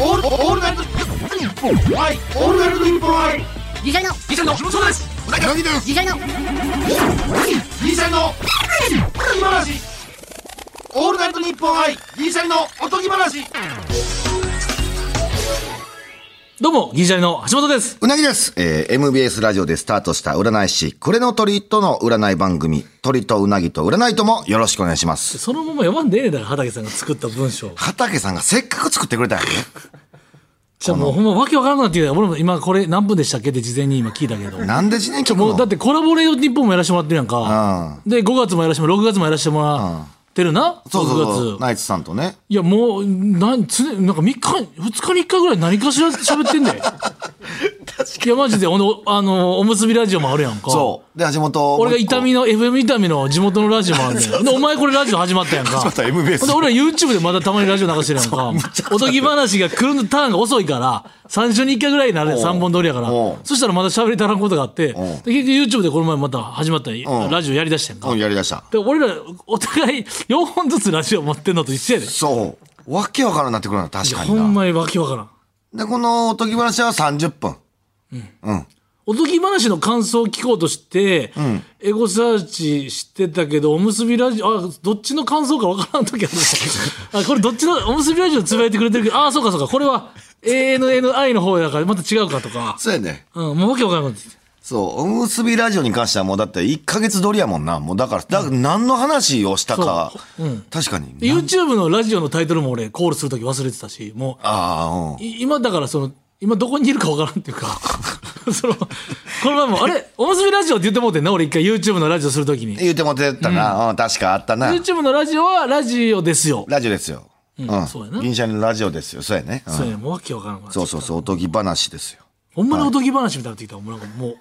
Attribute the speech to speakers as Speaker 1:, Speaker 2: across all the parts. Speaker 1: オールオールナイトニッポンはいオールナイトニッポンはい
Speaker 2: ギリシャリの
Speaker 1: ギシャリのそうです
Speaker 3: なぎで
Speaker 2: ギリシャリの
Speaker 1: ギリシャリのおとぎ話オールナイトニッポンはいギリシャリのおとぎ話
Speaker 4: どうも、ギリシャリの橋本です。
Speaker 3: うなぎです。えー MBS ラジオでスタートした占い師、これの鳥との占い番組、鳥とうなぎと占いともよろしくお願いします。
Speaker 4: そのまま読まんでええねんだろ、畑さんが作った文章。
Speaker 3: 畑さんがせっかく作ってくれたんやね。
Speaker 4: じゃあもうほんまわけわからんなっていう俺も今これ何分でしたっけって事前に今聞いたけど。
Speaker 3: なんで自然曲
Speaker 4: もうだ
Speaker 3: の
Speaker 4: ってコラボレート日本もやらせてもらってるやんか。で、5月もやらせてもら6月もやらせてもらってるな。
Speaker 3: そうそうそう
Speaker 4: 6、月。
Speaker 3: ナイツさんとね。
Speaker 4: いやもう、なん、つね、なんか3日、2日に1回ぐらい何かしら喋ってんで。 いやマジで、ほんであの、おむすびラジオもあるやんか。
Speaker 3: そう。で、橋本。
Speaker 4: 俺が痛みの FM 痛みの地元のラジオもあるんだよ。でお前これラジオ始まったやんか。
Speaker 3: まった MBS
Speaker 4: ほんで俺は YouTube でまだたまにラジオ流してるやんか。おとぎ話が来るターンが遅いから、3週に1回ぐらいになるやん
Speaker 3: おう
Speaker 4: 3本撮りやから
Speaker 3: おう。
Speaker 4: そしたらまだ喋り足らんことがあって、で
Speaker 3: う
Speaker 4: 結局 YouTube でこの前また始まったラジオやりだしたやん
Speaker 3: う
Speaker 4: か
Speaker 3: ん、。やりだした。
Speaker 4: で俺らお互い4本ずつラジオ持ってんのと一緒やで。
Speaker 3: そう。わけわからんなってくるな、確か
Speaker 4: ほん
Speaker 3: にな。
Speaker 4: まにわけわからん。
Speaker 3: で、このおとぎ話は30分。
Speaker 4: おとぎ話の感想を聞こうとして、エゴサーチしてたけど、おむすびラジオ、あ、どっちの感想かわからんときある あ、これどっちの、おむすびラジオつぶやいてくれてるけど、あ、そうかそうか、これは ANNI の方やから、また違うかとか。
Speaker 3: そうやね。
Speaker 4: うん、もうわけわからんない。
Speaker 3: そう。おむすびラジオに関してはもうだって1ヶ月撮りやもんな。もうだから、だから何の話をしたか。確かに。
Speaker 4: YouTube のラジオのタイトルも俺、コールするとき忘れてたし、も
Speaker 3: ああ、うん
Speaker 4: う、。い今だからその、今どこにいるかわからんっていうか、 その、この前も、あれ、おむすびラジオって言ってもうてんな、俺一回 YouTube のラジオするときに。
Speaker 3: 言うてもてたな、うん確かあったな
Speaker 4: YouTube のラジオはラジオですよ。
Speaker 3: ラジオですよ、うん
Speaker 4: そうやな
Speaker 3: 銀シャリのラジオですよそうやね、うん
Speaker 4: そうやね、もうわけわからんわ。
Speaker 3: そうそうそうおとぎ話ですよ
Speaker 4: ほんまにおとぎ話みたいになってきたもうなんかもう、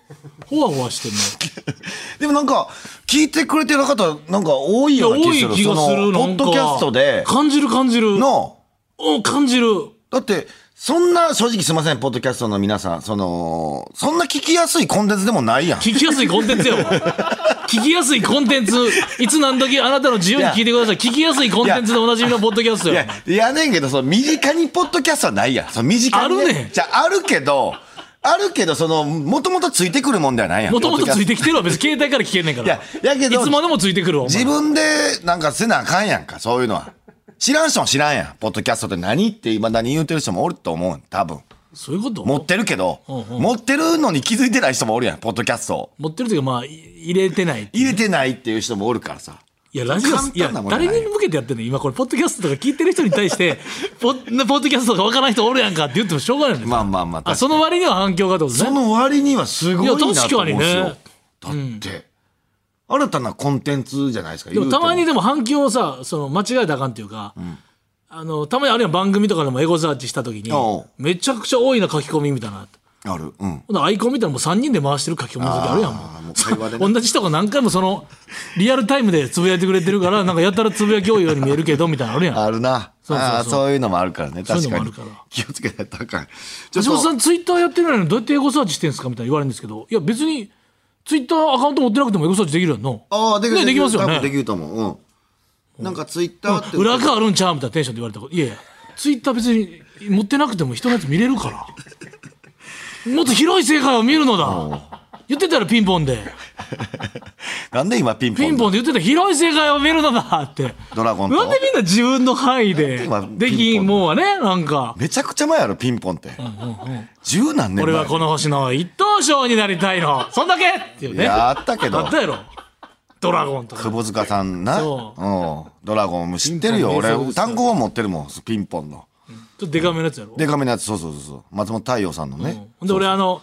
Speaker 4: ほわほわしてる
Speaker 3: でもなんか聞いてくれてる方なんか多いよう
Speaker 4: の。
Speaker 3: ない
Speaker 4: や、多
Speaker 3: 気がす
Speaker 4: い気
Speaker 3: る
Speaker 4: がす
Speaker 3: そ
Speaker 4: る、
Speaker 3: の
Speaker 4: な
Speaker 3: ポ
Speaker 4: ん
Speaker 3: ッ
Speaker 4: か。
Speaker 3: ドキャストで
Speaker 4: 感じる感じる。
Speaker 3: の
Speaker 4: うん、感じる。
Speaker 3: だってそんな正直すいませんポッドキャストの皆さんそのそんな聞きやすいコンテンツでもないやん
Speaker 4: 聞きやすいコンテンツ よ。聞きやすいコンテンツ。いつ何時あなたの自由に聞いてください。聞きやすいコンテンツでおなじみのポッドキャスト
Speaker 3: い
Speaker 4: よ
Speaker 3: や。いやねんけどその身近にポッドキャストはないやんその身近に、
Speaker 4: あるねん
Speaker 3: じゃああるけどあるけどそのもともとついてくるもんではないやん
Speaker 4: もともとつい
Speaker 3: て
Speaker 4: てきてるわ。別に携帯から聞けんねんから。
Speaker 3: いややけど
Speaker 4: いつまでもついてくるわ。お前
Speaker 3: 自分でなんかせなあかんやんか、そういうのは。知らん人も知らんやん。ポッドキャストって何って今何言うてる人もおると思うん、多分。
Speaker 4: そういうこと
Speaker 3: 持ってるけど、
Speaker 4: うんうん
Speaker 3: 持ってるのに気づいてない人もおるやん、ポッドキャストを。
Speaker 4: 持ってるというか、まあ、い入れてない。
Speaker 3: 入れてないっていう人もおるからさ。
Speaker 4: いや、ラジオ、
Speaker 3: 簡
Speaker 4: いや、
Speaker 3: 単なもんじゃない
Speaker 4: 誰に向けてやってんの今これ、ポッドキャストとか聞いてる人に対 して、ポなポッドキャストとかわからない人おるやんかって言ってもしょうがないよね。
Speaker 3: まあまあまあ、
Speaker 4: あ、その割には反響がってこと
Speaker 3: そ
Speaker 4: ね。
Speaker 3: の割にはすごいなと思うんですよ。
Speaker 4: いや確
Speaker 3: だって、新たなコンテンツじゃないですか、
Speaker 4: でもたまに
Speaker 3: 言うて
Speaker 4: でも反響をさ、その間違えたらあかんっていうか、あの、たまにあるいは番組とかでもエゴサーチした時に
Speaker 3: おう、
Speaker 4: めちゃくちゃ多いな書き込みみたいな。
Speaker 3: ある。うん。
Speaker 4: ほなアイコン見たらもう3人で回してる書き込みの時あるやんも
Speaker 3: あーも
Speaker 4: う
Speaker 3: う会話でね
Speaker 4: そう同じ人が何回もそのリアルタイムでつぶやいてくれてるからなんかやたらつぶやき多いように見えるけどみたいなのあるやん
Speaker 3: あるな。
Speaker 4: そうそうそう
Speaker 3: あーそういうのもあるからね、
Speaker 4: そういうの
Speaker 3: 確
Speaker 4: も
Speaker 3: か
Speaker 4: ある
Speaker 3: に
Speaker 4: から。
Speaker 3: 気をつけないとあかん。
Speaker 4: 橋
Speaker 3: ちょ
Speaker 4: 本
Speaker 3: っと
Speaker 4: さんツイッターやってないのにどうやってエゴサーチしてんすかみたいな言われるんですけどいや別にツイッターアカウント持ってなくてもエゴサーチできるやんの
Speaker 3: ああ、できる
Speaker 4: ねできますよ
Speaker 3: 多分でき
Speaker 4: ね
Speaker 3: ると思う。うん。なんかツイッターって。
Speaker 4: 裏側あるんちゃうみたいなテンションで言われたこといやいやツイッター別に持ってなくても人のやつ見れるからもっと広い世界を見るのだ言ってたらピンポンで
Speaker 3: なんで今ピンポン
Speaker 4: ピンポンで言ってたら広い世界を見るのだって
Speaker 3: ドラゴンと
Speaker 4: なんでみんな自分の範囲で
Speaker 3: なん
Speaker 4: で
Speaker 3: で今ピン
Speaker 4: き
Speaker 3: ポ
Speaker 4: ん
Speaker 3: ン
Speaker 4: もんはねなんか
Speaker 3: めちゃくちゃ前やろ、ピンポンって。十何年前。
Speaker 4: 俺はこの星の一等賞になりたいのそんだけっていう
Speaker 3: い
Speaker 4: ね
Speaker 3: や、あったけ
Speaker 4: あ
Speaker 3: ど
Speaker 4: っ。たやろドラゴンとか
Speaker 3: 窪塚さんな。
Speaker 4: そ
Speaker 3: うん。ドラゴンも知ってるよ。
Speaker 4: ピンポン
Speaker 3: 俺
Speaker 4: 名作で、すよ
Speaker 3: 単語は持ってるもん、ピンポンの。
Speaker 4: ちょっとデカめのやつやろ。
Speaker 3: でかめのやつ、そうそうそうそう。松本太陽さんのね。
Speaker 4: ほんで俺あの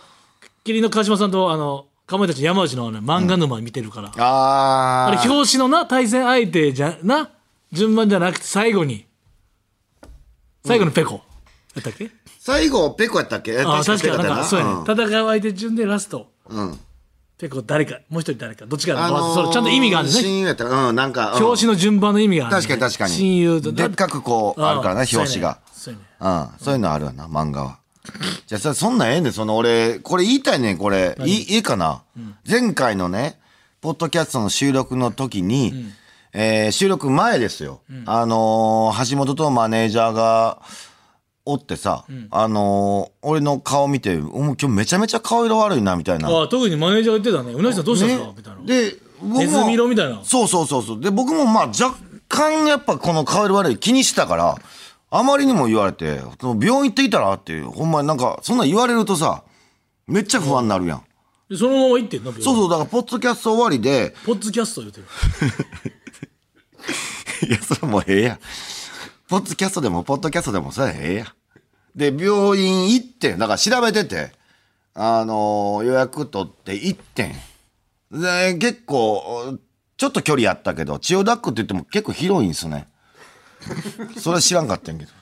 Speaker 4: 麒麟の川島さんとあのかまいたちの山内のあの漫画沼見てるから、あ
Speaker 3: あ
Speaker 4: れ
Speaker 3: ー。
Speaker 4: 表紙のな対戦相手じゃな順番じゃなくて最後に最後のペコ、やったっけ
Speaker 3: 最後、ペコやったっけ
Speaker 4: ああ確
Speaker 3: ペコ
Speaker 4: か
Speaker 3: や
Speaker 4: なん
Speaker 3: った
Speaker 4: かそうやね、
Speaker 3: ん
Speaker 4: 戦う相手順でラスト、
Speaker 3: ん
Speaker 4: ペコ誰かもう一人誰かどっちかの、
Speaker 3: あのー
Speaker 4: それちゃんと意味があるね
Speaker 3: 親友やったら、うん、なんか。うん
Speaker 4: 表紙の順番の意味がある、ね、
Speaker 3: 確かに確かに。
Speaker 4: 親友と
Speaker 3: でっかくこう、あるからね、
Speaker 4: ー
Speaker 3: 表紙が。
Speaker 4: そうやねそうやね
Speaker 3: うん、そういうのあるわな、漫画は。じゃあさ、そんなんええねん、その俺、これ言いたいねん、これ。いいいいかな、前回のね、ポッドキャストの収録の時に、えー収録前ですよ。あのー橋本とマネージャーが、おってさ、あのー俺の顔見て、お前今日めちゃめちゃ顔色悪いな、みたいな。
Speaker 4: ああ特にマネージャーが言ってたねうなぎさんどうしたんですか、
Speaker 3: ね
Speaker 4: みたいな
Speaker 3: で、僕も
Speaker 4: ネズミ色みたいな
Speaker 3: そうそうそうそう。で、僕もまあ若干やっぱこの顔色悪い気にしてたから、あまりにも言われて、その病院行ってきたらっていう、ほんまになんか、そんなん言われるとさ、めっちゃ不安になるやん。
Speaker 4: でそのまま行ってんな
Speaker 3: そう
Speaker 4: う
Speaker 3: そう、だから、ポッドキャスト終わりで、
Speaker 4: ポッツキャスト言うてる
Speaker 3: いや、それもうええやん。ポッドキャストでも、ポッドキャストでも、それはええやん。で、病院行ってん、だから調べてて、あのー予約取って行ってん。で、結構、ちょっと距離あったけど、千代田区って言っても結構広いんすね。それは知らんかったんやけど。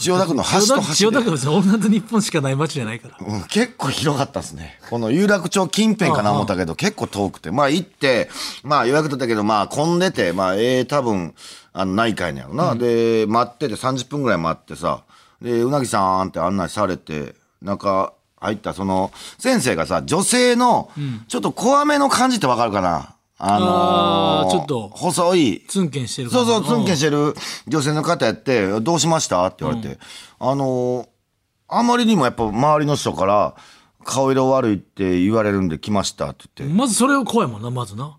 Speaker 3: 千代田区の端と端
Speaker 4: 千代
Speaker 3: で
Speaker 4: 田。区はさオールナイト日本しかない街じゃないから
Speaker 3: うん、結構広かったですね。この有楽町近辺かな思ったけど、結構遠くて。まあ行って、まあ予約取ったけど、まあ混んでて、まあええ多分、あの、ないかいねやろな。で、待ってて30分ぐらい待ってさ、で、うなぎさんって案内されて、中入った、その、先生がさ、女性の、ちょっと怖めの感じってわかるかなあのー
Speaker 4: あーちょっと
Speaker 3: 細い、
Speaker 4: ツンケンしてるか
Speaker 3: そ
Speaker 4: ら
Speaker 3: うそう、ツンケンしてる女性の方やって、どうしましたって言われて、あのーあまりにもやっぱ周りの人から、顔色悪いって言われるんで来ましたって言って、
Speaker 4: まずそれは怖いもんなまずな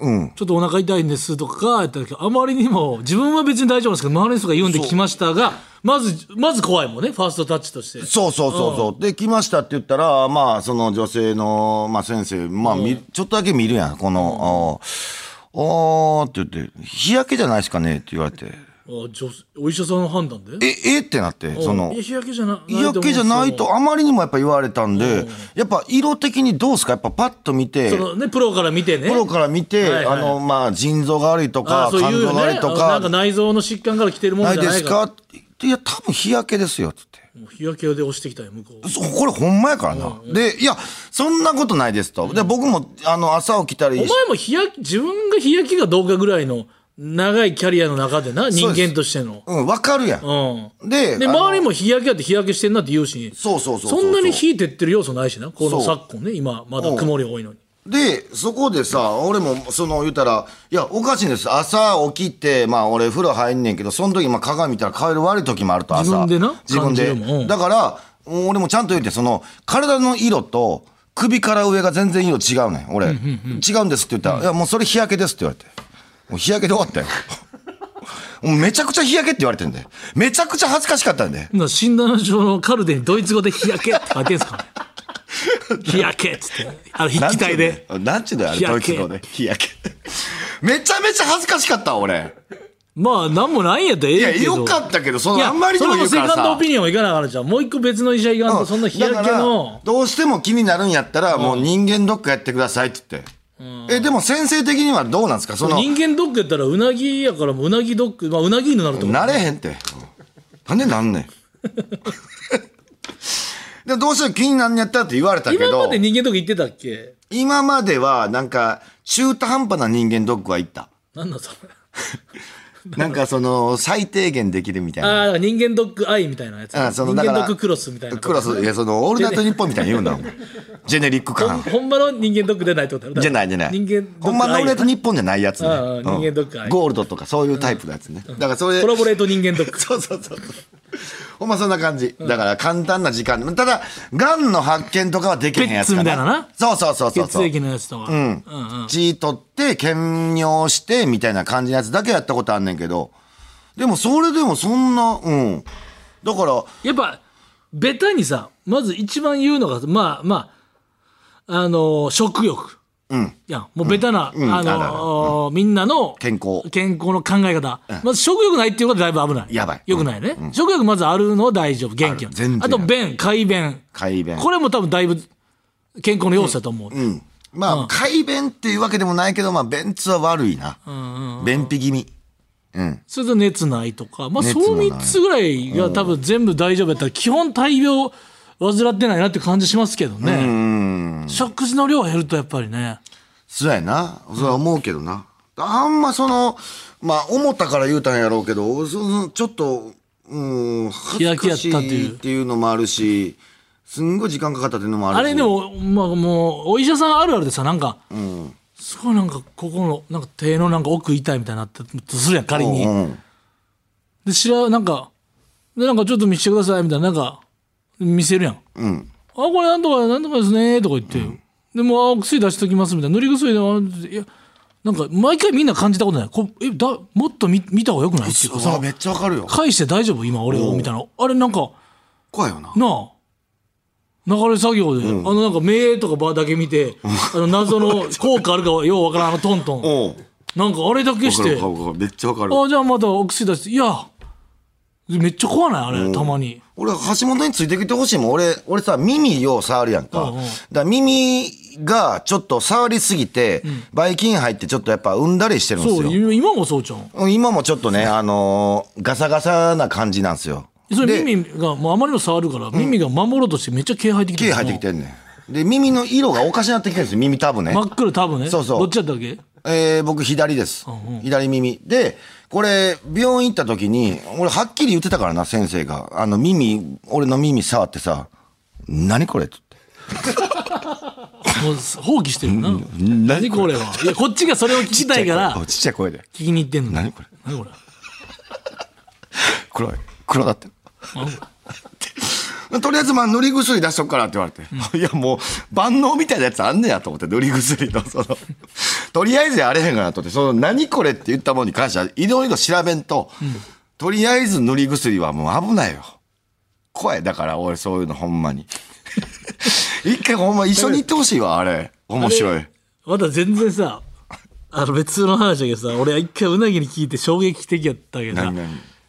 Speaker 3: うん。
Speaker 4: ちょっとお腹痛いんですとか言った時あまりにも自分は別に大丈夫なんですけど周りの人が言うんで来ましたがまずまず怖いもんねファーストタッチとして
Speaker 3: そうそうそうそう。で、来ましたって言ったら、まあ、その女性の、まあ先生、まあ、みちょっとだけ見るやん、この、あーおーって言って、日焼けじゃないですかねって言われて、
Speaker 4: あ女お医者さんの判断で
Speaker 3: え、えってなって、その
Speaker 4: いや、日焼けじゃな
Speaker 3: 日焼けじゃないとあまりにもやっぱ言われたんで、やっぱ色的にどうですかやっぱパッと見て、
Speaker 4: そのねプロから見てね
Speaker 3: プロから見て、
Speaker 4: はいはい
Speaker 3: あの、まあ、腎臓が悪いと
Speaker 4: あ
Speaker 3: か、
Speaker 4: そういう
Speaker 3: 肝臓
Speaker 4: よ
Speaker 3: が悪
Speaker 4: ね
Speaker 3: いと
Speaker 4: な
Speaker 3: か
Speaker 4: んか、内臓の疾患から来てるもん
Speaker 3: ない
Speaker 4: じゃ
Speaker 3: で
Speaker 4: ない
Speaker 3: す
Speaker 4: か
Speaker 3: かっていや、多分日焼けですよ、つって。
Speaker 4: もう日焼けで押してきたよ向こう
Speaker 3: そうこれほんまやからな。で、いや、そんなことないですと。で、僕も、あの、朝起きたり
Speaker 4: お前も日焼け自分が日焼けがどうかぐらいの長いキャリアの中でな人
Speaker 3: うです
Speaker 4: 間としての
Speaker 3: うん、わかるやん。
Speaker 4: うん
Speaker 3: で、
Speaker 4: で
Speaker 3: あの
Speaker 4: 周りも日焼けやって日焼けしてんなって言うし
Speaker 3: そうそうそう
Speaker 4: そ
Speaker 3: うん
Speaker 4: なに火照ってる要素ないしなこの
Speaker 3: そう
Speaker 4: 昨今ね今まだ曇り多いのに
Speaker 3: で、そこでさ、俺も、その、言うたら、いや、おかしいんです。朝起きて、まあ、俺、風呂入んねんけど、その時、まあ、鏡見たら顔色悪い時もあると、朝。
Speaker 4: 自分でな
Speaker 3: 自分で
Speaker 4: 感じるもんうん
Speaker 3: だから、俺もちゃんと言うて、その、体の色と、首から上が全然色違うねん、俺。違うんですって言ったら、いや、もうそれ日焼けですって言われて。もう日焼けで終わったよ。 もうめちゃくちゃ日焼けって言われてんで。めちゃくちゃ恥ずかしかったんで。
Speaker 4: な診断書のカルデにドイツ語で日焼けって書いてんすかね 日焼けっつってあの筆記体で
Speaker 3: なんちゅうのよあれ、
Speaker 4: 日
Speaker 3: ド
Speaker 4: 焼
Speaker 3: イ
Speaker 4: け
Speaker 3: ツ語で。日焼け。 めちゃめちゃ恥ずかしかったわ、俺。
Speaker 4: まあなんもないんやったらええ
Speaker 3: いや、
Speaker 4: けど
Speaker 3: よかったけど、そ
Speaker 4: い
Speaker 3: の、
Speaker 4: や
Speaker 3: あんまりにも
Speaker 4: それ
Speaker 3: 言う
Speaker 4: もセカ
Speaker 3: から
Speaker 4: ンドオ
Speaker 3: さ。
Speaker 4: ピニオンはいかなあかんじゃんもう一個別の医者行かんとそんな日焼け
Speaker 3: だから
Speaker 4: の
Speaker 3: どうしても気になるんやったら、もう人間ドックやってくださいって言って。え、でも先生的にはどうなんですかその、
Speaker 4: 人間ドックやったらうなぎやからもううなぎドックまあうなぎになると思う
Speaker 3: なれへんって。なんでなん ねん。でどうしても気になんやったらって言われたけど。
Speaker 4: 今まで人間ドック行ってたっけ
Speaker 3: 今までは、なんか、中途半端な人間ドックは行った。
Speaker 4: なんだそれ
Speaker 3: なんかその、最低限できるみたい
Speaker 4: あ
Speaker 3: な。
Speaker 4: あだから人間ドックアイみたいなやつ
Speaker 3: あその
Speaker 4: 人
Speaker 3: だか
Speaker 4: 間
Speaker 3: ら
Speaker 4: ドッククロスみたいな
Speaker 3: クロス、いや、その、オールナイトニッポンみたいに言うな、 お前ジェネリック感。
Speaker 4: ほんまの人間ドックでないってことだろ
Speaker 3: じゃないじゃない。
Speaker 4: 人間ドック
Speaker 3: ほんまの
Speaker 4: アイ
Speaker 3: 俺と日本じゃないやつね。
Speaker 4: ああああ
Speaker 3: うん
Speaker 4: 人間ドックアイ
Speaker 3: ゴールドとかそういうタイプのやつね。だからそれ
Speaker 4: コ、ラボレート人間ドック
Speaker 3: そうそうそう。ほんまそんな感じ。だから簡単な時間で。ただ、がんの発見とかはできへんやつか
Speaker 4: ペッツみたいなな
Speaker 3: そうそうそうそうそ
Speaker 4: 血
Speaker 3: う。
Speaker 4: 液のやつとか
Speaker 3: う
Speaker 4: うんうん
Speaker 3: ん。血取って、検尿して、みたいな感じのやつだけやったことあんねんけど。でも、それでもそんな、うん。だから、
Speaker 4: やっぱベタにさまず一番言うのがまあまああのー食欲
Speaker 3: うん。
Speaker 4: いやんもうベタな、
Speaker 3: ん
Speaker 4: あ
Speaker 3: あるある
Speaker 4: のーみんなの
Speaker 3: 健康
Speaker 4: 健康の考え方、まず食欲ないっていうことはだいぶ危ない
Speaker 3: やばい
Speaker 4: よくないね、食欲まずあるのは大丈夫元気
Speaker 3: ある全然
Speaker 4: あと便快便
Speaker 3: 改便。
Speaker 4: これも多分だいぶ健康の要素だと思う、
Speaker 3: うん。まあ、改便っていうわけでもないけど、まあ、便通は悪いな。便秘気味。うん。
Speaker 4: それと熱ないとか、まあ、
Speaker 3: 熱
Speaker 4: そ
Speaker 3: も
Speaker 4: の
Speaker 3: ない
Speaker 4: 3つぐらいが多分全部大丈夫やったら、基本大病患ってないなって感じしますけどね。食事の量減るとやっぱりね。
Speaker 3: そうやな。それは思うけどな。あんまその、まあ、思ったから言うたんやろうけど、そのちょっと、うん、恥ずか
Speaker 4: 日焼け
Speaker 3: し
Speaker 4: やったってい
Speaker 3: いうっていうのもあるし、すんごい時間かかったっていうのもあるし。
Speaker 4: あれでも、まあもう、お医者さんあるあるでさ、なんか、すごいなんか、ここの、なんか手のなんか奥痛いみたいになってとするやん、仮
Speaker 3: うん、
Speaker 4: に。
Speaker 3: うん
Speaker 4: で、知ら、なんか、でなんかちょっと見してくださいみたいななんか見せるやん、あこれなんとかなんとかですねとか言って、でもうあ薬出しときますみたいな塗り薬であいやなんか毎回みんな感じたことないこえだもっと見見た方がよくないっていうか
Speaker 3: あ
Speaker 4: さ
Speaker 3: めっちゃわかるよ
Speaker 4: 返して大丈夫今俺をみたいなあれなんか
Speaker 3: 怖いよな
Speaker 4: なあ流れ作業で、あのなんか目とか場だけ見て、あの謎の効果あるかようわからんあのトントン
Speaker 3: おう
Speaker 4: なんかあれだけして
Speaker 3: わかるわかるわかるめっちゃわかる
Speaker 4: あじゃあまたお薬出していやめっちゃ怖ないあれたまに
Speaker 3: 俺橋本についてきてほしいもん俺俺さ耳よう触るやんか、
Speaker 4: うんうん
Speaker 3: だから耳がちょっと触りすぎて、ばい菌入ってちょっとやっぱうんだりしてるんです
Speaker 4: そ
Speaker 3: よ
Speaker 4: う今今もそうちゃん
Speaker 3: うん今もちょっとね、あのーガサガサな感じなんですよ。
Speaker 4: それ
Speaker 3: で
Speaker 4: 耳がもうあまりにも触るから、耳が守ろうとしてめっちゃ毛生えてきて
Speaker 3: 毛入ってきてんねん。で、耳の色がおかしなってきてるんですよ、耳たぶね。
Speaker 4: 真っ黒多分ね
Speaker 3: そうそう
Speaker 4: どっちだったっけ
Speaker 3: えー僕、左です。左耳。で、これ、病院行った時に、俺、はっきり言ってたからな、先生が。あの、耳、俺の耳触ってさ、何これって
Speaker 4: もう放棄してるな何これはいやこっちがそれを聞きたいから
Speaker 3: ちっちゃい声で。
Speaker 4: 聞きに行ってんの
Speaker 3: 何これ
Speaker 4: 何これ
Speaker 3: 黒い。黒だって。
Speaker 4: 何これ
Speaker 3: とりあえず、まあ、塗り薬出しとくからって言われて。いや、もう、万能みたいなやつあんねやと思って、塗り薬の、その、とりあえずやれへんかなと思って、その、何これって言ったものに関しては、いろいろ調べんと、とりあえず塗り薬はもう危ないよ。怖い。だから、俺、そういうの、ほんまに。 一回、ほんま、一緒に行ってほしいわ、あれ。面白い。
Speaker 4: まだ全然さあの別の話だけどさ俺は一回うなぎに聞いて衝撃的やったけどさ
Speaker 3: 何々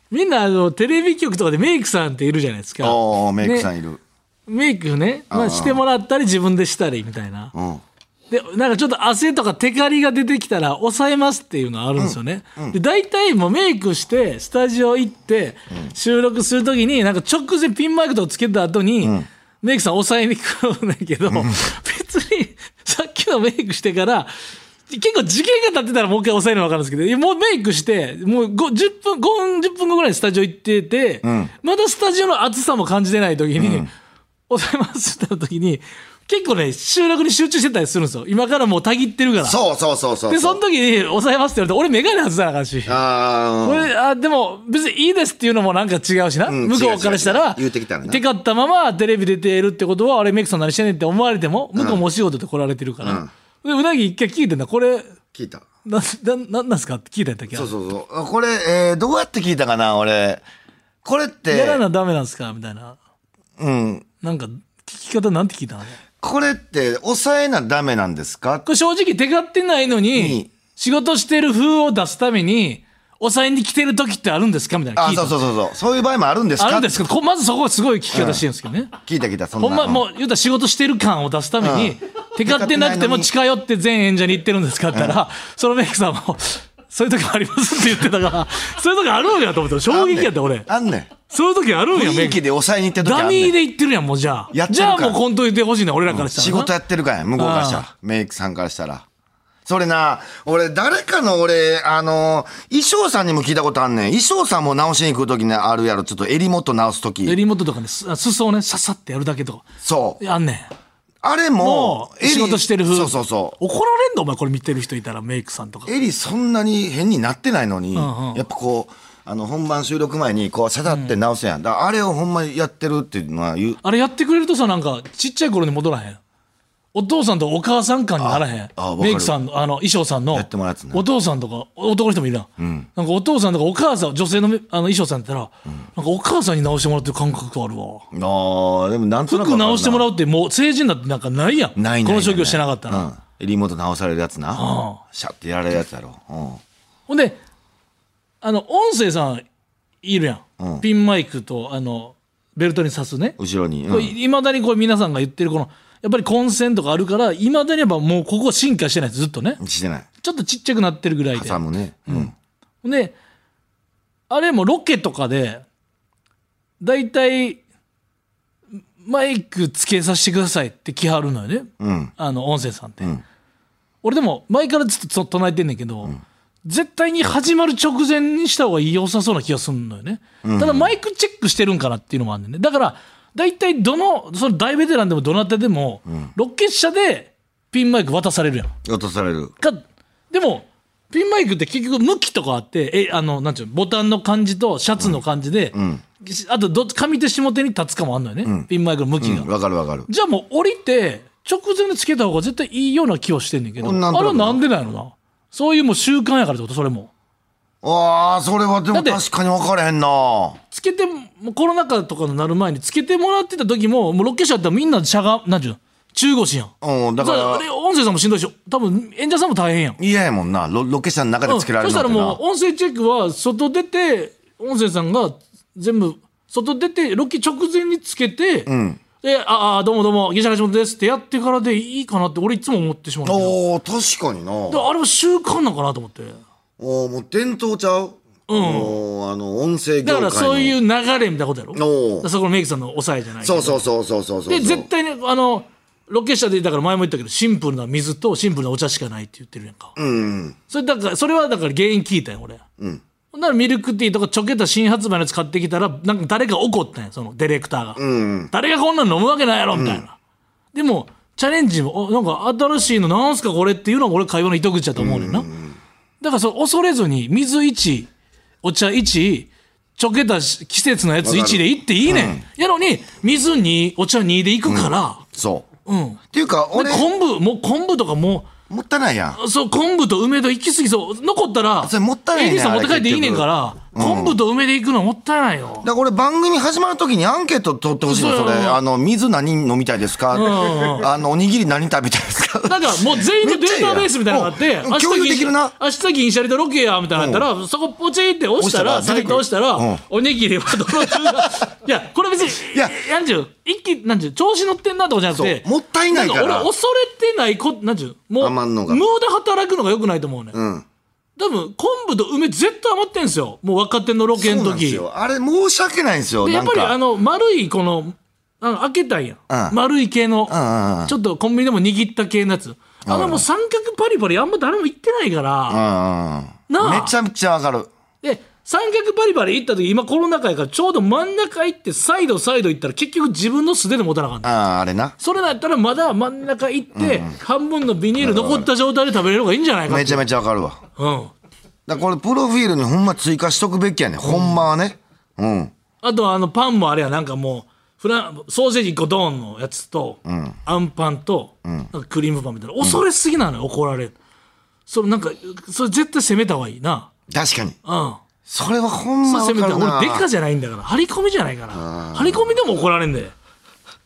Speaker 4: みんなあのテレビ局とかでメイクさんっているじゃないですか
Speaker 3: おー、メイクさん
Speaker 4: ね
Speaker 3: いる。
Speaker 4: メイクね、まあ、してもらったり自分でしたりみたいな
Speaker 3: うん。
Speaker 4: でなんかちょっと汗とかテカリが出てきたら抑えますっていうのあるんですよね、で大体もうメイクしてスタジオ行って収録するときになんか直前ピンマイクとかつけた後に、メイクさん抑えに来るんだけど、別にさっきのメイクしてから結構時間が経ってたらもう一回抑えるの分かるんですけどいやもうメイクしてもう5 10分5分10分後ぐらいにスタジオ行ってて、まだスタジオの暑さも感じてない時に。抑えますってなった時に、結構ね、収録に集中してたりするんですよ。今からもうたぎってるから。
Speaker 3: そうそうそうそう。
Speaker 4: で、その時に抑えますって言われて、俺メガネ外さなあかんし。
Speaker 3: あ
Speaker 4: こ
Speaker 3: ー、
Speaker 4: れあでも別にいいですっていうのもなんか違うしな、
Speaker 3: ん
Speaker 4: 向こうからした
Speaker 3: 違う違
Speaker 4: ら
Speaker 3: う言うてきたらな
Speaker 4: テカったままテレビ出てるってことはあれメイクさん何してんねんって思われても向こうもお仕事で来られてるから、でうなぎ一回聞いてんだこれ
Speaker 3: 聞いた。
Speaker 4: なななんなんすかって聞いたんだっけ
Speaker 3: そうそうそうあ。これ、えーどうやって聞いたかな、俺。これって。
Speaker 4: やらなダメなんすかみたいな
Speaker 3: うん。
Speaker 4: なんか聞き方なんて聞いたの
Speaker 3: これって、抑えなダメなんですか
Speaker 4: これ正直手がってないのに、
Speaker 3: うん
Speaker 4: 仕事してる風を出すために、抑えに来てる時ってあるんですかみたいな
Speaker 3: あ、
Speaker 4: 聞いた。
Speaker 3: そうそうそうそう。そういう場合もあるんですか
Speaker 4: あるんですけど、こまずそこがすごい聞き方してるんですけどね。
Speaker 3: 聞いた聞いた、そんな。
Speaker 4: ほんま、もう、言うたら仕事してる感を出すために、手がってなくても近寄って全演者に行ってるんですかって言ったら、そのメイクさんも、そういう時もありますって言ってたから、そういう時あるんやと思った。衝撃やった、俺。
Speaker 3: あんねん。
Speaker 4: そういう時あるんや、
Speaker 3: 雰
Speaker 4: メ
Speaker 3: 囲
Speaker 4: イク
Speaker 3: 気。で抑えに行ってる時あ
Speaker 4: ダ
Speaker 3: ん
Speaker 4: ミ
Speaker 3: ね
Speaker 4: ー
Speaker 3: ん。
Speaker 4: で行ってるやん、もうじゃあ
Speaker 3: や。ってる
Speaker 4: じ
Speaker 3: から
Speaker 4: ゃあもうコント言ってほしいね、俺らからしたらな。
Speaker 3: 仕事やってるからや、向こうからしたら。メイクさんからしたら。それな、俺、誰かの俺、あの、衣装さんにも聞いたことあんねん。衣装さんも直しに行く時にあるやろ。ちょっと襟元直す時
Speaker 4: 襟元とかね、す裾をね、ささってやるだけとか。
Speaker 3: そう。
Speaker 4: やんねん。
Speaker 3: あれ
Speaker 4: も
Speaker 3: も、
Speaker 4: う、
Speaker 3: 襟
Speaker 4: 仕事してる風。
Speaker 3: そうそうそう。
Speaker 4: 怒られんのお前、これ見てる人いたら、メイクさんとか。
Speaker 3: 襟そんなに変になってないのに、
Speaker 4: んうん
Speaker 3: やっぱこうあの本番収録前にこうささって直すやん、だからあれをほんまにやってるっていうのは言う
Speaker 4: あれやってくれるとさ、なんか、ちっちゃい頃に戻らへん。お父さんとお母さん感にならへん
Speaker 3: ああわ。かる
Speaker 4: メイクさんの、あの、衣装さんの。
Speaker 3: やってもらうやつね
Speaker 4: お父さんとか、男の人もいるやん。なんかお父さんとかお母さん、女性のめあの衣装さんって言ったら、なんかお母さんに直してもらってる感覚あるわ。
Speaker 3: あーでもなんとなく
Speaker 4: 服直してもら
Speaker 3: う
Speaker 4: うって、もう成人だってなんかないやん。
Speaker 3: ないないない
Speaker 4: この職業してなかったら。
Speaker 3: うん、襟元直されるやつな、
Speaker 4: ん
Speaker 3: シャッてやられるやつやろ、う
Speaker 4: ほんで、あの、音声さんいるやん。
Speaker 3: うん
Speaker 4: ピンマイクと、あの、ベルトに刺すね。
Speaker 3: ん、後ろに、うん
Speaker 4: いまだにこれ皆さんが言ってるこのやっぱり混戦とかあるからいまだにやっぱもうここ進化してないですずっとね
Speaker 3: してない
Speaker 4: ちょっとちっちゃくなってるぐらいで
Speaker 3: 挟むね、うん
Speaker 4: であれもロケとかでだいたいマイクつけさせてくださいって来はるのよね、
Speaker 3: うん
Speaker 4: あの音声さんって、俺でも前からずっと唱えてんねんけど、絶対に始まる直前にした方が良さそうな気がするのよね、ただマイクチェックしてるんかなっていうのもあるんねんねだから大体どのその大ベテランでもどなたでも、ロケ車でピンマイク渡されるやん
Speaker 3: 落とされる
Speaker 4: かでもピンマイクって結局向きとかあって、え、あの、なんちゅうの、ボタンの感じとシャツの感じで、しあとど、上手下手に立つかもあんのよね、ピンマイクの向きが。
Speaker 3: わかるわかる。
Speaker 4: じゃあもう降りて、直前でつけた方が絶対いいような気はしてんねんけど、
Speaker 3: うんなんと
Speaker 4: あ
Speaker 3: な
Speaker 4: れ
Speaker 3: く
Speaker 4: はなんでなんやろな。そういうもう習慣やからってこと、それも。
Speaker 3: ああ、それはで
Speaker 4: だ
Speaker 3: も
Speaker 4: って
Speaker 3: 確かに分からへんな。
Speaker 4: つけて、もうコロナ禍とかになる前につけてもらってた時も、もうロケ車やったらみんなしゃが、なんちゅうの、中腰やん。
Speaker 3: うん、だ
Speaker 4: だから、あ
Speaker 3: か
Speaker 4: れ、音声さんもしんどいし、多分演者さんも大変やん。
Speaker 3: ら、嫌やもんな。ロロケ車の中でつけられ
Speaker 4: うん
Speaker 3: る
Speaker 4: そし
Speaker 3: の
Speaker 4: た
Speaker 3: って
Speaker 4: ら
Speaker 3: な
Speaker 4: もう。音声チェックは外出て音声さんが全部外出てロケ直前につけて、で「ああどうもどうもギシャラシモンです」ってやってからでいいかなって俺いつも思ってしまうんだけど
Speaker 3: おー確かにな
Speaker 4: だからあれは習慣なのかなと思って
Speaker 3: おーもう伝統ちゃううんあの音声業界
Speaker 4: だ
Speaker 3: の
Speaker 4: からそういう流れみたいなことやろだ
Speaker 3: おう
Speaker 4: からそこのメイクさんの抑えじゃないけど
Speaker 3: そうそうそうそうそうそう
Speaker 4: で絶対ねあのロケ車でだから前も言ったけどシンプルな水とシンプルなお茶しかないって言ってるやんか、
Speaker 3: うん
Speaker 4: それだからそれはだから原因聞いたよ俺、ほんならミルクティーとかちょけた新発売のやつ買ってきたらなんか誰か怒ったんやそのディレクターが、誰がこんなん飲むわけないやろみたいな、でもチャレンジもおなんか新しいのなんすかこれっていうのが俺会話の糸口だと思うねんな、だからその恐れずに水1お茶1ちょけたし季節のやつ1でいっていいねん、やのに水2お茶2でいくから、
Speaker 3: そう、
Speaker 4: うん
Speaker 3: っていうか俺
Speaker 4: で昆布もう昆布とかもう
Speaker 3: もったいないやん
Speaker 4: そう、昆布と梅と行き過ぎそう。残ったら、
Speaker 3: それもったいないね
Speaker 4: AD さん持って帰っていいねんか
Speaker 3: あ
Speaker 4: ら、昆布と梅で行くのはもったいないよ。
Speaker 3: だから俺番組始まる時にアンケート取ってほしいの
Speaker 4: そ
Speaker 3: そうれ
Speaker 4: よ
Speaker 3: あの水何飲みたいですか、
Speaker 4: ん
Speaker 3: あのおにぎり何食べたいですか
Speaker 4: なんかもう全員のデータベースみたいなのがあっ
Speaker 3: めってちゃいいやんうん共有できるな
Speaker 4: 明日銀シャリとロケやみたいなのやったらそこポチって押したら
Speaker 3: 押した
Speaker 4: サ
Speaker 3: ら
Speaker 4: イト押したら
Speaker 3: うん
Speaker 4: おにぎりはどの中が いやこれ別に
Speaker 3: いや
Speaker 4: なんちゅう一気なんちゅう調子乗ってんなとかじゃなくて
Speaker 3: そうもったいないから
Speaker 4: ん俺恐れてないこなんちゅうもう
Speaker 3: 余んのが
Speaker 4: 無駄働くのがよくないと思うね、
Speaker 3: ん
Speaker 4: 多分昆布と梅絶対余ってんすよもう若手のロケ
Speaker 3: そう
Speaker 4: の
Speaker 3: なんで
Speaker 4: 時
Speaker 3: すよあれ申し訳ないんですよ
Speaker 4: でや
Speaker 3: な
Speaker 4: っ
Speaker 3: ん
Speaker 4: ぱりあ
Speaker 3: か
Speaker 4: の丸いこのあの開けたんや、
Speaker 3: うん
Speaker 4: 丸い系の、
Speaker 3: んうんうん
Speaker 4: ちょっとコンビニでも握った系のやつあのもう三角パリパリあんま誰も行ってないから、
Speaker 3: うんうん
Speaker 4: なあ
Speaker 3: めちゃくちゃ上がる
Speaker 4: で三角パリパリ行った時今コロナ禍やからちょうど真ん中行ってサイドサイド行ったら結局自分の素手で持たなあかんねん
Speaker 3: あああれな
Speaker 4: それだったらまだ真ん中行って、半分のビニール残った状態で食べれる方がいいんじゃないか
Speaker 3: め
Speaker 4: って
Speaker 3: ちゃめちゃ上がるわ
Speaker 4: うん、
Speaker 3: だからこれプロフィールにほんま追加しとくべきやねほんまはねうん
Speaker 4: あとはあのパンもあれやなんかもうフランソーセージ1個ドーンのやつと、あんパンと、なんかクリームパンみたいな恐れすぎなのよ、怒られるそれなんかそれ絶対攻めた方がいいな
Speaker 3: 確かに
Speaker 4: うん
Speaker 3: それはほんま
Speaker 4: 攻
Speaker 3: 分
Speaker 4: め
Speaker 3: か
Speaker 4: た
Speaker 3: るな
Speaker 4: 俺でかじゃないんだから張り込みじゃないから張り込みでも怒られんで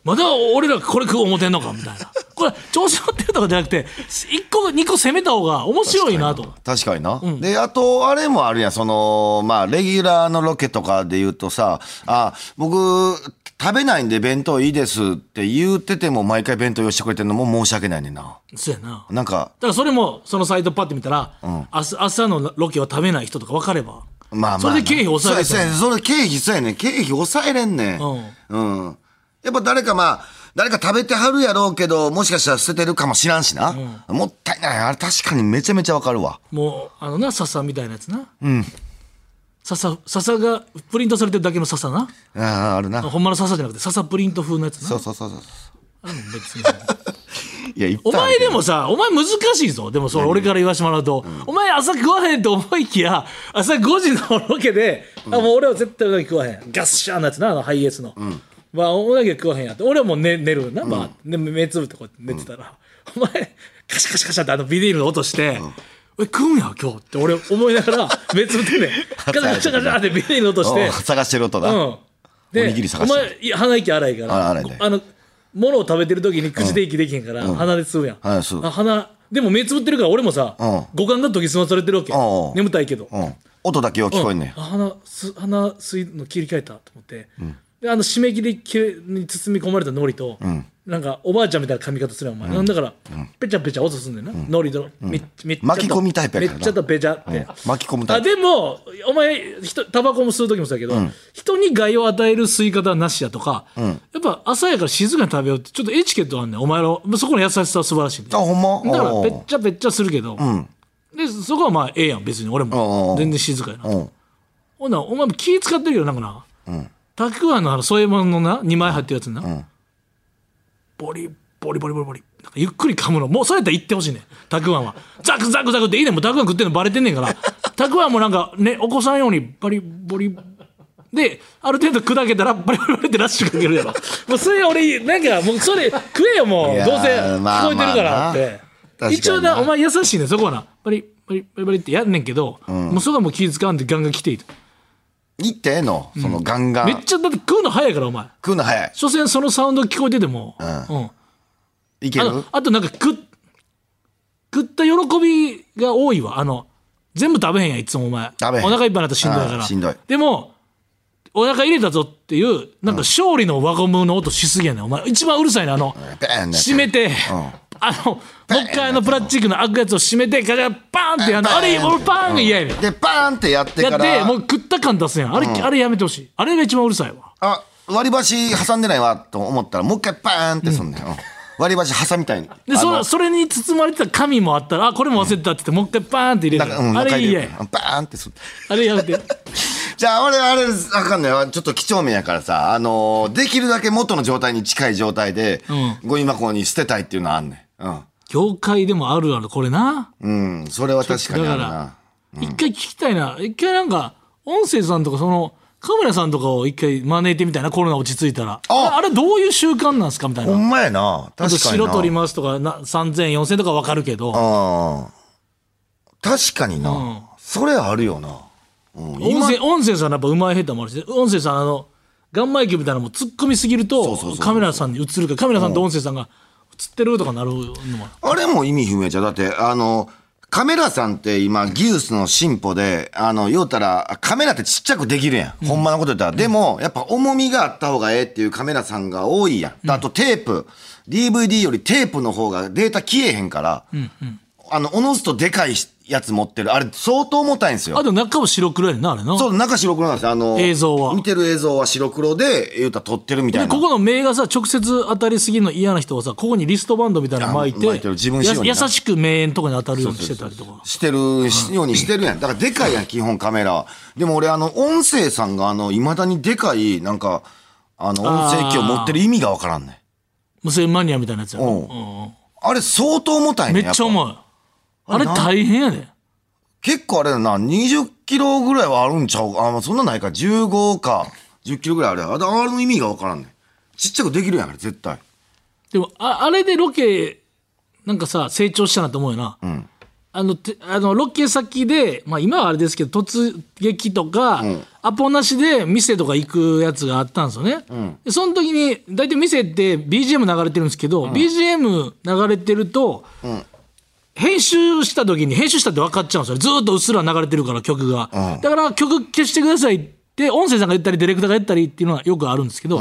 Speaker 4: まだ俺らこれ食う思てんのかみたいなこれ調子乗ってるとかじゃなくて1個2個攻めた方が面白いなと
Speaker 3: 確かにな、であとあれもあるやんそのまあレギュラーのロケとかで言うとさあ僕食べないんで弁当いいですって言ってても毎回弁当用意してくれてるのも申し訳ないねんな
Speaker 4: そうやな
Speaker 3: なんか
Speaker 4: だからそれもそのサイトパッて見たら、明日朝のロケを食べない人とか分かれば
Speaker 3: まあまあ
Speaker 4: それで経費抑える
Speaker 3: そうやそうやそれ経費そうやねん経費抑えれんねんうん、やっぱ誰かまあ誰か食べてはるやろうけどもしかしたら捨ててるかもしらんしな、もったいないあれ確かにめちゃめちゃわかるわ
Speaker 4: もうあのな笹みたいなやつなうん笹笹がプリントされてるだけの笹な
Speaker 3: あああるな
Speaker 4: ほんまの笹じゃなくて笹プリント風のやつな
Speaker 3: そうそうそうそう
Speaker 4: あれも別に
Speaker 3: いやいっぱ
Speaker 4: お
Speaker 3: いある
Speaker 4: 前
Speaker 3: け
Speaker 4: で
Speaker 3: ど
Speaker 4: もさお前難しいぞでもそれ俺から言わしてもらうと、お前朝食わへんと思いきや朝5時のロケで、あもう俺は絶対うなぎ食わへんガッシャーのやつなあのハイエースの、まあうなぎは食わへんやって俺はもう寝寝るな、まあで目つぶってこうやって寝てたら、お前カシャカシャカシャってあのビニールの音して、え食うんや今日って俺思いながら目つぶ ってねガシャガシャガシャってビニールの音して
Speaker 3: うん探してる音だ、
Speaker 4: うん。で、
Speaker 3: おにぎり探し
Speaker 4: お
Speaker 3: て
Speaker 4: 前、いや鼻息荒いから、
Speaker 3: あ荒いね
Speaker 4: あの、物を食べてる時に口で息できへんから、鼻で吸うやん。
Speaker 3: はい吸う
Speaker 4: あ鼻、でも目つぶってるから俺もさ、
Speaker 3: うん
Speaker 4: 五感が研ぎ澄まされてるわけ
Speaker 3: うん。
Speaker 4: 眠たいけど。
Speaker 3: うん、音だけよう聞こえんね
Speaker 4: あ鼻す鼻吸いの切り替えたと思って、であの締め切りきれに包み込まれた海苔と、なんかおばあちゃんみたいな髪型するやんお前、なんだから、ペチャペチャ音すんねんな、海苔とめっめっちゃと
Speaker 3: 巻き込みタイプやからな
Speaker 4: めっちゃとペチャって、
Speaker 3: 巻き込むタイプ
Speaker 4: あでもお前人タバコも吸う時もそうやけど、人に害を与える吸い方はなしやとか、やっぱ朝やから静かに食べようってちょっとエチケットあんねんお前のそこの優しさは素晴らしいんで
Speaker 3: あほんま
Speaker 4: だから
Speaker 3: おう
Speaker 4: ぺっちゃぺっちゃするけど、でそこはまあええやん別に俺
Speaker 3: おうお
Speaker 4: も
Speaker 3: う
Speaker 4: 全然静かやな
Speaker 3: うんうん
Speaker 4: ほんならお前も気使ってるけどなんかな、たくあんのあの添え物のな2枚入ってるやつな、ボリッボリボリボリボリなんかゆっくり噛むのもうそうやったら言ってほしいねんたくあんはザクザクザクっていいねんもうたくあん食ってんのバレてんねん からたくあんもなんかねお子さんようにバリボリである程度砕けたらバリバリバリってラッシュかけるやろもうそれ俺なんかもうそれ食えよもう
Speaker 3: いやー
Speaker 4: どうせ聞こえてるからって、
Speaker 3: まあまあな確かにな
Speaker 4: 一応なお前優しいねんそこはなバリバリバリバリってやんねんけど、もうそこはもう気使わんでガンガン来ていいと
Speaker 3: 行ってええのそのガンガン、
Speaker 4: めっちゃだって食うの早いからお前
Speaker 3: 食うの早い
Speaker 4: 所詮そのサウンド聞こえてても、
Speaker 3: う
Speaker 4: うん、
Speaker 3: いけ
Speaker 4: あ
Speaker 3: る
Speaker 4: のあとなんか食っ食った喜びが多いわあの全部食べへんやんいつもお前
Speaker 3: 食べへん
Speaker 4: お腹いっぱいになったらしんどいか
Speaker 3: あ
Speaker 4: ら
Speaker 3: あしんどい
Speaker 4: でもお腹入れたぞっていうなんか勝利の輪ゴムの音しすぎやねんお前一番うるさいねんあの
Speaker 3: ペーンね
Speaker 4: 閉めて、あのもう一回あのプラスチックの開くやつを閉めてガチャパーンってやるのあれ俺パーンが嫌やねん
Speaker 3: でパーンってやって
Speaker 4: や
Speaker 3: か
Speaker 4: っ
Speaker 3: ら
Speaker 4: てもう食った感出すやんあれ,、あれやめてほしいあれが一番うるさいわ
Speaker 3: あ割り箸挟んでないわと思ったらもう一回パーンってすんねん、うん割り箸挟みたいに
Speaker 4: でそのそれに包まれてた紙もあったらあこれも忘れてたって言ってもう一回バーンって入れ
Speaker 3: なん
Speaker 4: る、
Speaker 3: か、うん、
Speaker 4: あれいいや
Speaker 3: 中入れるからバーンってする
Speaker 4: あれやめて
Speaker 3: じゃあ、俺、あれ、あかんない。ちょっと貴重面やからさ、あのーできるだけ元の状態に近い状態で、ゴミ箱に捨てたいっていうのはあんねん。
Speaker 4: 業界でもあるあるこれな
Speaker 3: うん。うん。それは確かにある
Speaker 4: だ
Speaker 3: な。
Speaker 4: 一回聞きたいな一回なんか音声さんとかそのカメラさんとかを一回招いてみたいなコロナ落ち着いたらあれあれどういう習慣なんですかみたい
Speaker 3: ほ
Speaker 4: なん
Speaker 3: まやな。
Speaker 4: あと
Speaker 3: 確かに
Speaker 4: 白
Speaker 3: な。
Speaker 4: 取りますとかな30004000とか分かるけど
Speaker 3: あー確かにな、それあるよな。うん。
Speaker 4: 音
Speaker 3: 今
Speaker 4: 声音声さんやっぱうまい下手もあるし音声さんあのガンマイクみたいなのも突っ込みすぎる
Speaker 3: そ
Speaker 4: と
Speaker 3: うそうそうそう
Speaker 4: カメラさんに映るからカメラさんと音声さんが映ってるとかなるのもある
Speaker 3: あれも意味不明じゃん。だって、あの、カメラさんって今、技術の進歩で、あの、言うたら、カメラってちっちゃくできるやん。ほんまのこと言ったら。でも、やっぱ重みがあった方がええっていうカメラさんが多いやん。あとテープ。DVD よりテープの方がデータ消えへんから、あの、おのずとでかいやつ持ってる。あれ、相当重たいんですよ
Speaker 4: あ。と中も白黒やねんなあれな
Speaker 3: そう、中白黒なんですよ。あの、
Speaker 4: 映像は
Speaker 3: 見てる映像は白黒で、言うたら撮ってるみたい
Speaker 4: で
Speaker 3: な。
Speaker 4: ここの目がさ直接当たりすぎるの嫌な人はさここにリストバンドみたいなの巻いて
Speaker 3: あ巻いてる自分仕様にな
Speaker 4: や優しく目のとこに当たるようにしてたりとか
Speaker 3: してるしようにしてるやん。だからでかいやん、基本カメラは。でも俺、あの、音声さんが、あの、未だにでかい、なんか、あの、音声機を持ってる意味がわからんねん。
Speaker 4: 無線マニアみたいなやつやろ
Speaker 3: うんあれ、相当重たい
Speaker 4: め
Speaker 3: ね
Speaker 4: っちゃ
Speaker 3: やぱ
Speaker 4: 重いあれ
Speaker 3: あれな
Speaker 4: 大変やで
Speaker 3: 結構あれだな、20キロぐらいはあるんちゃうあ、まあそんなないか、15か、10キロぐらいあるやん。あれあれの意味がわからんねん。ちっちゃくできるやん、あれ、絶対。
Speaker 4: でもああれでロケなんかさ成長したなと思うよな、あのてあのロケ先で、まあ、今はあれですけど突撃とか、アポなしで店とか行くやつがあったんですよね、でその時に大体店って BGM 流れてるんですけど、BGM 流れてると、編集した時に編集したって分かっちゃうんですよずーっとうっすら流れてるから曲が、だから曲消してくださいって音声さんが言ったりディレクターが言ったりっていうのはよくあるんですけど、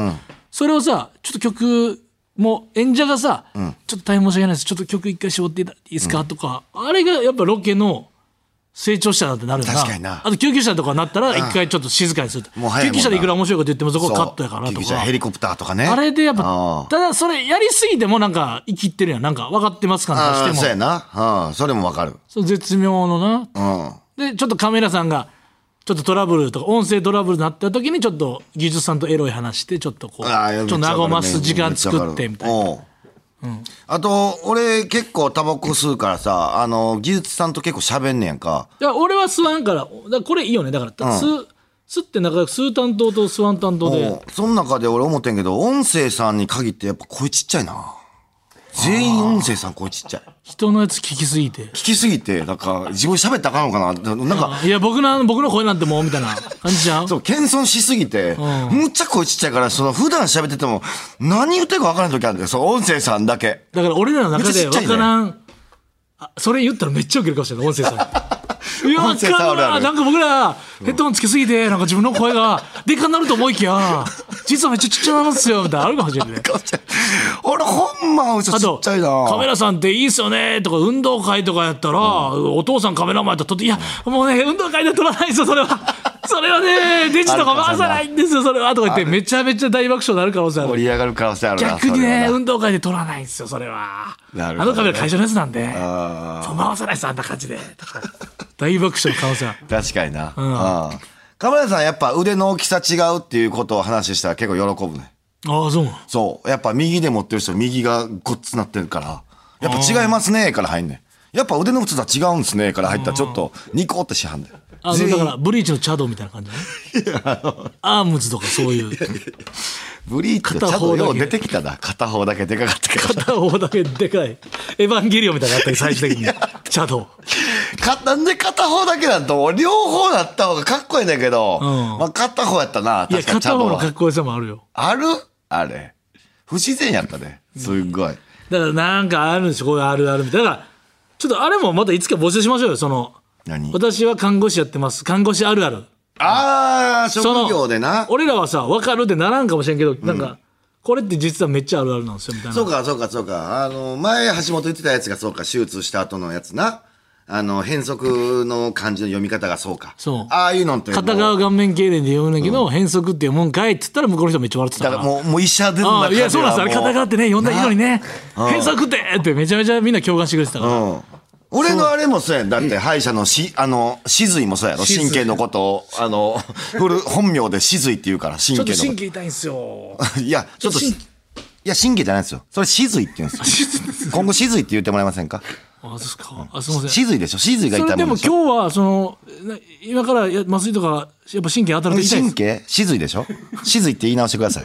Speaker 4: それをさちょっと曲もう演者がさ、ちょっと大変申し訳ないですちょっと曲一回絞っていただいていいですか、とかあれがやっぱロケの成長したなってなるよ
Speaker 3: 確かにな
Speaker 4: あと救急車とかなったら一回ちょっと静かにすると
Speaker 3: もう早いも
Speaker 4: 救
Speaker 3: んな
Speaker 4: 急車でいくら面白いこと言ってもそこ
Speaker 3: そう
Speaker 4: はカットやからと
Speaker 3: 救急
Speaker 4: か
Speaker 3: 車ヘリコプターとかね。
Speaker 4: あれでやっぱ
Speaker 3: あー
Speaker 4: ただそれやりすぎてもなんか生きってるやんなんか分かってますから
Speaker 3: あ
Speaker 4: して
Speaker 3: ー、
Speaker 4: も
Speaker 3: そうやな。うん、それもわかる。
Speaker 4: そう絶妙のな
Speaker 3: うん。
Speaker 4: でちょっとカメラさんがちょっとトラブルとか音声トラブルになった時にちょっと技術さんとエロい話してちょっとこうち
Speaker 3: ああ
Speaker 4: ょっと和ます時間作ってみたいな
Speaker 3: な。あと俺結構タバコ吸うからさあの技術さんと結構喋んねやんか
Speaker 4: だから俺は吸わんからだからこれいいよねだから、吸吸って仲良く吸う担当と吸わん担当で
Speaker 3: うんその中で俺思ってんけど音声さんに限ってやっぱ声ちっちゃいな全員音声さん声ちっちゃい
Speaker 4: 人のやつ聞きすぎて
Speaker 3: 聞きすぎてなんか自分喋ったらあかんのかななんか
Speaker 4: いや僕の僕の声なんてもうみたいな感じじゃん
Speaker 3: そう謙遜しすぎて、むっちゃ声ちっちゃいからその普段喋ってても何言ってるか分からん時あるんだよそう音声さん だけ
Speaker 4: だから俺らの中で
Speaker 3: めっ
Speaker 4: 分
Speaker 3: ちゃちっちゃ
Speaker 4: か
Speaker 3: いね
Speaker 4: らん、あそれ言ったらめっちゃウケるかもしれない音声さん にいや
Speaker 3: 音
Speaker 4: 分
Speaker 3: 声さん
Speaker 4: か
Speaker 3: あ
Speaker 4: ん
Speaker 3: るあ
Speaker 4: な
Speaker 3: る
Speaker 4: なんか僕らヘッドホンつけすぎてなんか自分の声がでかになると思いきや実はめっちゃちっちゃなんですよみたいなのあるかもしれないね
Speaker 3: 俺ほんま嘘
Speaker 4: あ
Speaker 3: ち
Speaker 4: と
Speaker 3: っちゃいな
Speaker 4: カメラさんっていいっすよね」とか運動会とかやったら、お父さんカメラマンやったら撮って「いやもうね運動会で撮らないですよそれはそれはねデジとか回さないんですよそれは」とか言ってめちゃめちゃ大爆笑になる可能性あ
Speaker 3: 盛
Speaker 4: る
Speaker 3: り上がる可能性あるな
Speaker 4: 逆に
Speaker 3: それは
Speaker 4: ね
Speaker 3: な
Speaker 4: 運動会で撮らないんですよそれは
Speaker 3: な
Speaker 4: あ
Speaker 3: るほど
Speaker 4: の
Speaker 3: ね
Speaker 4: カメラ会社のやつなんで
Speaker 3: あ
Speaker 4: そう回さないですあんな感 じでとか大爆笑の可能性ある
Speaker 3: ー確かにな。うん。カメラさんやっぱ腕の大きさ違うっていうことを話したら結構喜ぶね。
Speaker 4: ああそうなん
Speaker 3: そう。やっぱ右で持ってる人、右がごっつなってるから、やっぱ違いますね、から入んねん。やっぱ腕の太さ違うんすね、から入ったらちょっと、ニコってしはんで。
Speaker 4: あのだからブリーチのチャドみたいな感じだねアームズとかそういう
Speaker 3: ブリーチとチャドよう出てきたな。片方だけでかかったけど。
Speaker 4: 片方だけでかいエヴァンゲリオンみたいなのあったり最終的にチャド
Speaker 3: かなんで片方だけなんと、俺両方なった方がかっこいいんだけど、
Speaker 4: ん
Speaker 3: まあ片方やったな、
Speaker 4: いや
Speaker 3: 確かにチ
Speaker 4: 片
Speaker 3: ャド
Speaker 4: 方のかっ
Speaker 3: は。
Speaker 4: こよさもあるよ
Speaker 3: あるあれ。不自然やったね。すっごい。
Speaker 4: だからなんかあるんでしょこういうあるあるみたいなだからちょっとあれもまたいつか募集しましょうよその
Speaker 3: 何
Speaker 4: 私は看護師やってます看護師あるある
Speaker 3: あー、職業でな。
Speaker 4: 俺らはさ分かるってならんかもしれんけど、なんかこれって実はめっちゃあるあるなんですよみたいな
Speaker 3: そうか、そうか、そうか。あの、前、橋本言ってたやつがそうか、手術した後のやつな。あの、変則の漢字の読み方がそうか。
Speaker 4: そう
Speaker 3: ああいうのって。
Speaker 4: 片側
Speaker 3: もう
Speaker 4: 顔面痙攣で読むんだけど、変則って読むんかいって言ったら向こうの人めっちゃ笑ってた
Speaker 3: だ
Speaker 4: か
Speaker 3: かららもう、もう医者で
Speaker 4: ああいやそうなんですよあれ片側ってね読んだらいいのにね
Speaker 3: うん
Speaker 4: 変則ってってめちゃめちゃみんな共感してくれてたから、
Speaker 3: うん。俺のあれもそうやん。だって歯医者のし、あの、死髄もそうやろ。
Speaker 4: 死髄
Speaker 3: 神経のことを、あの、フル、本名で死髄って言うから、神
Speaker 4: ちょ
Speaker 3: 経
Speaker 4: っと
Speaker 3: の
Speaker 4: 神
Speaker 3: こ
Speaker 4: 経痛いんすよ
Speaker 3: と。いや、ちょっとし、
Speaker 4: ちょっ
Speaker 3: い
Speaker 4: と
Speaker 3: や、神経じゃないですよ。それ死髄って言うん ですよ。今後死髄って言ってもらえませんか
Speaker 4: あそうですかあすみません
Speaker 3: 死髄でしょ死髄が
Speaker 4: そ
Speaker 3: 痛
Speaker 4: れ
Speaker 3: い
Speaker 4: で
Speaker 3: もん
Speaker 4: も
Speaker 3: でしょ
Speaker 4: 今日はそのな今からや麻酔とかやっぱ神経当たると痛いん
Speaker 3: 神
Speaker 4: です
Speaker 3: 経死髄でしょ死髄って言い直してください。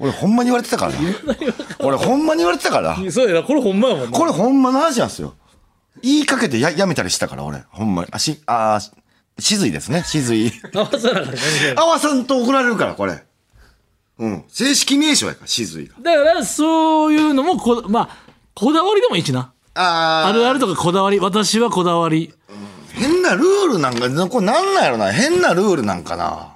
Speaker 3: 俺ほんまに言われてたからな。俺ほんまに言われてたからな。
Speaker 4: そうやなこれほんまやもんな
Speaker 3: これほんまの話なんですよ。言いかけてややめたりしたから、俺。ほんまに。あ、し、あー、死髄ですね。死 髄。
Speaker 4: 合わせながらね
Speaker 3: あわさんと怒られるから、これ。うん。正式名称やから、しずいが。
Speaker 4: だからそういうのもこまあこだわりでもいいしな
Speaker 3: あ
Speaker 4: あ
Speaker 3: ー
Speaker 4: るあるとかこだわり私はこだわり
Speaker 3: 変なルールなんか、これなんなんやろな。変なルールなんかな。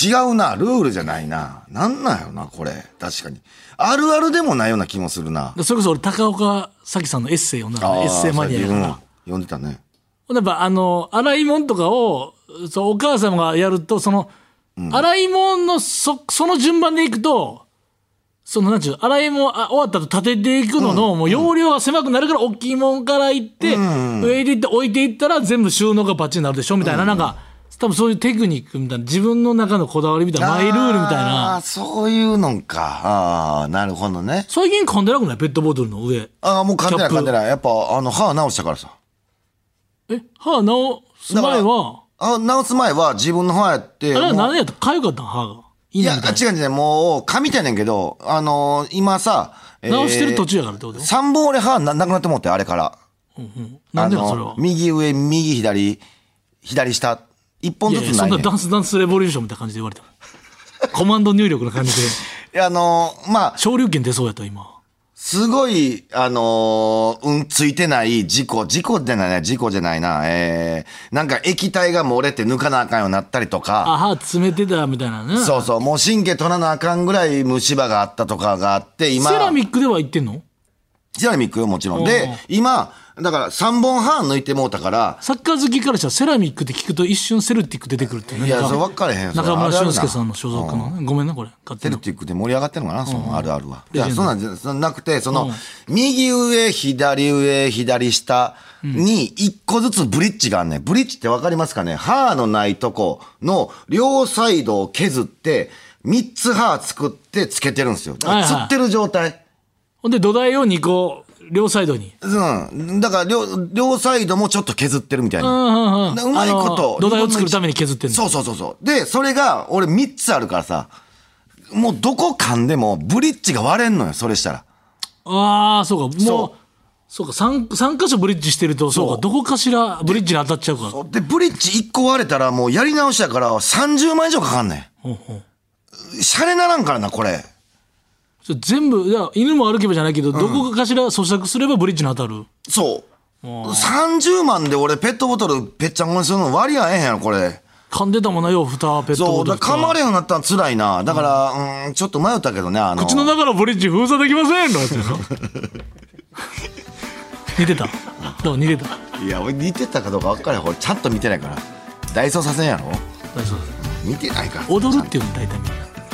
Speaker 3: 違うな。ルールじゃないな。なんなんやろな、これ。確かに。あるあるでもないような気もするな。
Speaker 4: それこそ俺高岡早紀さんのエッセイ読んだのねエッセイマニアやから、
Speaker 3: うん読んでたね。
Speaker 4: やっぱあの洗い物とかをそうお母様がやるとその、洗い物のそその順番でいくとそのなんちゅう洗い物あ終わったと立てていくのの、もう容量が狭くなるから大きいもんから行って、上に行って置いていったら全部収納がバッチリになるでしょみたいな、なんか多分そういうテクニックみたいな自分の中のこだわりみたいなマイルールみたい
Speaker 3: あー
Speaker 4: な
Speaker 3: そういうのんか。ああ、なるほどね。
Speaker 4: 最近噛んでなくないペットボトルの上
Speaker 3: ああ、もう噛んでない
Speaker 4: キャップ
Speaker 3: 噛んでない。やっぱ、あの、歯直したからさ。
Speaker 4: え歯直す前は
Speaker 3: あ直す前は自分の歯やっ
Speaker 4: あ
Speaker 3: て。
Speaker 4: れは
Speaker 3: もう
Speaker 4: 何やったかゆかったん歯がい
Speaker 3: い
Speaker 4: いな
Speaker 3: や、
Speaker 4: みたいな
Speaker 3: 違う違う、もう、紙みたいねんけど、あのー今さ、えー
Speaker 4: 直してる途中やからってこと
Speaker 3: 三本俺歯ななくなってもって、あれから。
Speaker 4: なんで
Speaker 3: あ
Speaker 4: も
Speaker 3: の
Speaker 4: それは。
Speaker 3: 右上、右左、左下、一本
Speaker 4: い
Speaker 3: ず
Speaker 4: やいや
Speaker 3: つ
Speaker 4: そ
Speaker 3: なんい
Speaker 4: な
Speaker 3: ねん。
Speaker 4: ダンスダンスレボリューションみたいな感じで言われて も。コマンド入力の感じで。
Speaker 3: いやあのーまあ、
Speaker 4: 昇竜拳出そうやった、今。
Speaker 3: すごい、あのーうん、ついてない事故、事故じゃないな、事故じゃないな、えー、なんか液体が漏れて抜かなあかんようになったりとか。
Speaker 4: あ、歯詰めてたみたいなね。
Speaker 3: そうそう、もう神経取らなあかんぐらい虫歯があったとかがあって、今。
Speaker 4: セラミックでは言ってんの
Speaker 3: セラミックよ、もちろん。で
Speaker 4: おう、
Speaker 3: 今、だから3本半抜いてもうたから、
Speaker 4: サッカー好きからしたらセラミックって聞くと一瞬セルティック出てくるっていうね
Speaker 3: いや
Speaker 4: なん
Speaker 3: それ分かれへんそれ
Speaker 4: 中村
Speaker 3: あるあるな
Speaker 4: 俊介さんの所属のね。ごめんな、これ。勝手
Speaker 3: セル
Speaker 4: に。
Speaker 3: ティックで盛り上がってるのかな、そのあるあるは。いや、
Speaker 4: レジ
Speaker 3: そ
Speaker 4: ェンド
Speaker 3: んなんじゃそんななくて、その、右上、左上、左下に一個ずつブリッジがあんねん。ブリッジって分かりますかね歯のないとこの両サイドを削って、三つ歯作ってつけてるんですよ。だから釣ってる状態。
Speaker 4: ほんで土台を2個、両サイドに。
Speaker 3: うん。だから両、両サイドもちょっと削ってるみたいな。
Speaker 4: うんうんうん。
Speaker 3: なうまいこと
Speaker 4: あの土台を作るために削ってんの。
Speaker 3: そうそうそうそう。で、それが、俺3つあるからさ、もうどこ噛んでもブリッジが割れんのよ、それしたら。
Speaker 4: ああ、そうか。もう
Speaker 3: そ、
Speaker 4: そうか。3、3箇所ブリッジしてると、そう
Speaker 3: そ
Speaker 4: か。
Speaker 3: う
Speaker 4: どこかしらブリッジに当たっちゃうから。
Speaker 3: で、ブリッジ1個割れたらもうやり直しやから30万以上かかんね。
Speaker 4: ほうほうん
Speaker 3: シャレならんからな、これ。
Speaker 4: それ全部いや犬も歩けばじゃないけど、どこかしら咀嚼すればブリッジに当たる
Speaker 3: そう。30万で俺ペットボトルぺっちゃんこにするの割り合えへんやろ、これ。
Speaker 4: 噛んでたもんなよ蓋ペット
Speaker 3: そ
Speaker 4: ボ
Speaker 3: う。
Speaker 4: ト
Speaker 3: だ
Speaker 4: ル
Speaker 3: から噛ま
Speaker 4: れ
Speaker 3: れへんようになったら辛いな。だから、うん、ちょっと迷ったけどね、あの。
Speaker 4: 口の中のブリッジ封鎖できませんのやつやろ似てたどう似てた
Speaker 3: いや、俺似てたかどうか分からへん。俺ちゃんと見てないから。ダイソーさせんやろ
Speaker 4: 大捜査
Speaker 3: 見てないから。
Speaker 4: 踊るっていうの大体みんな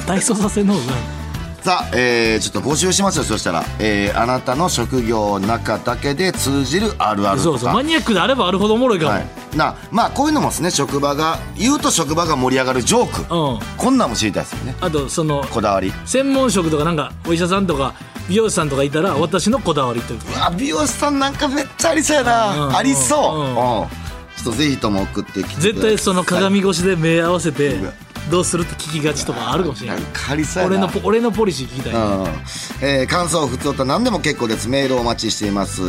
Speaker 4: 大捜査線の方が
Speaker 3: さあ、えー、ちょっと募集しますよそしたら、えー、あなたの職業の中だけで通じるあるある
Speaker 4: そ
Speaker 3: とか
Speaker 4: うそうマニアックであればあるほどおもろいから、
Speaker 3: はいなまあこういうのもですね職場が言うと職場が盛り上がるジョーク、
Speaker 4: うん
Speaker 3: こんなんも知りたいですよね
Speaker 4: あとその
Speaker 3: こだわり
Speaker 4: 専門職とかなんかお医者さんとか美容師さんとかいたら私のこだわりというか
Speaker 3: あ美容師さんなんかめっちゃありそうやな、
Speaker 4: うん
Speaker 3: ありそう、
Speaker 4: うん
Speaker 3: うんちょっとぜひとも送ってきてください
Speaker 4: 絶対その鏡越しで目合わせて
Speaker 3: わ
Speaker 4: どうするって聞きがちとかあるかもしれ
Speaker 3: な
Speaker 4: ない
Speaker 3: んかありそうや
Speaker 4: 俺
Speaker 3: な
Speaker 4: のポ俺のポリシー聞きたい、
Speaker 3: うんえー感想、普通と何でも結構です。メールをお待ちしています。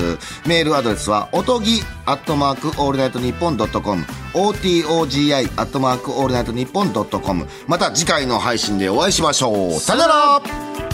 Speaker 3: メールアドレスは、おとぎ、アットマーク、オールナイトニッポンドットコム、OTOGI、アットマーク、オールナイトニッポンドットコム、また次回の配信でお会いしましょう。さよなら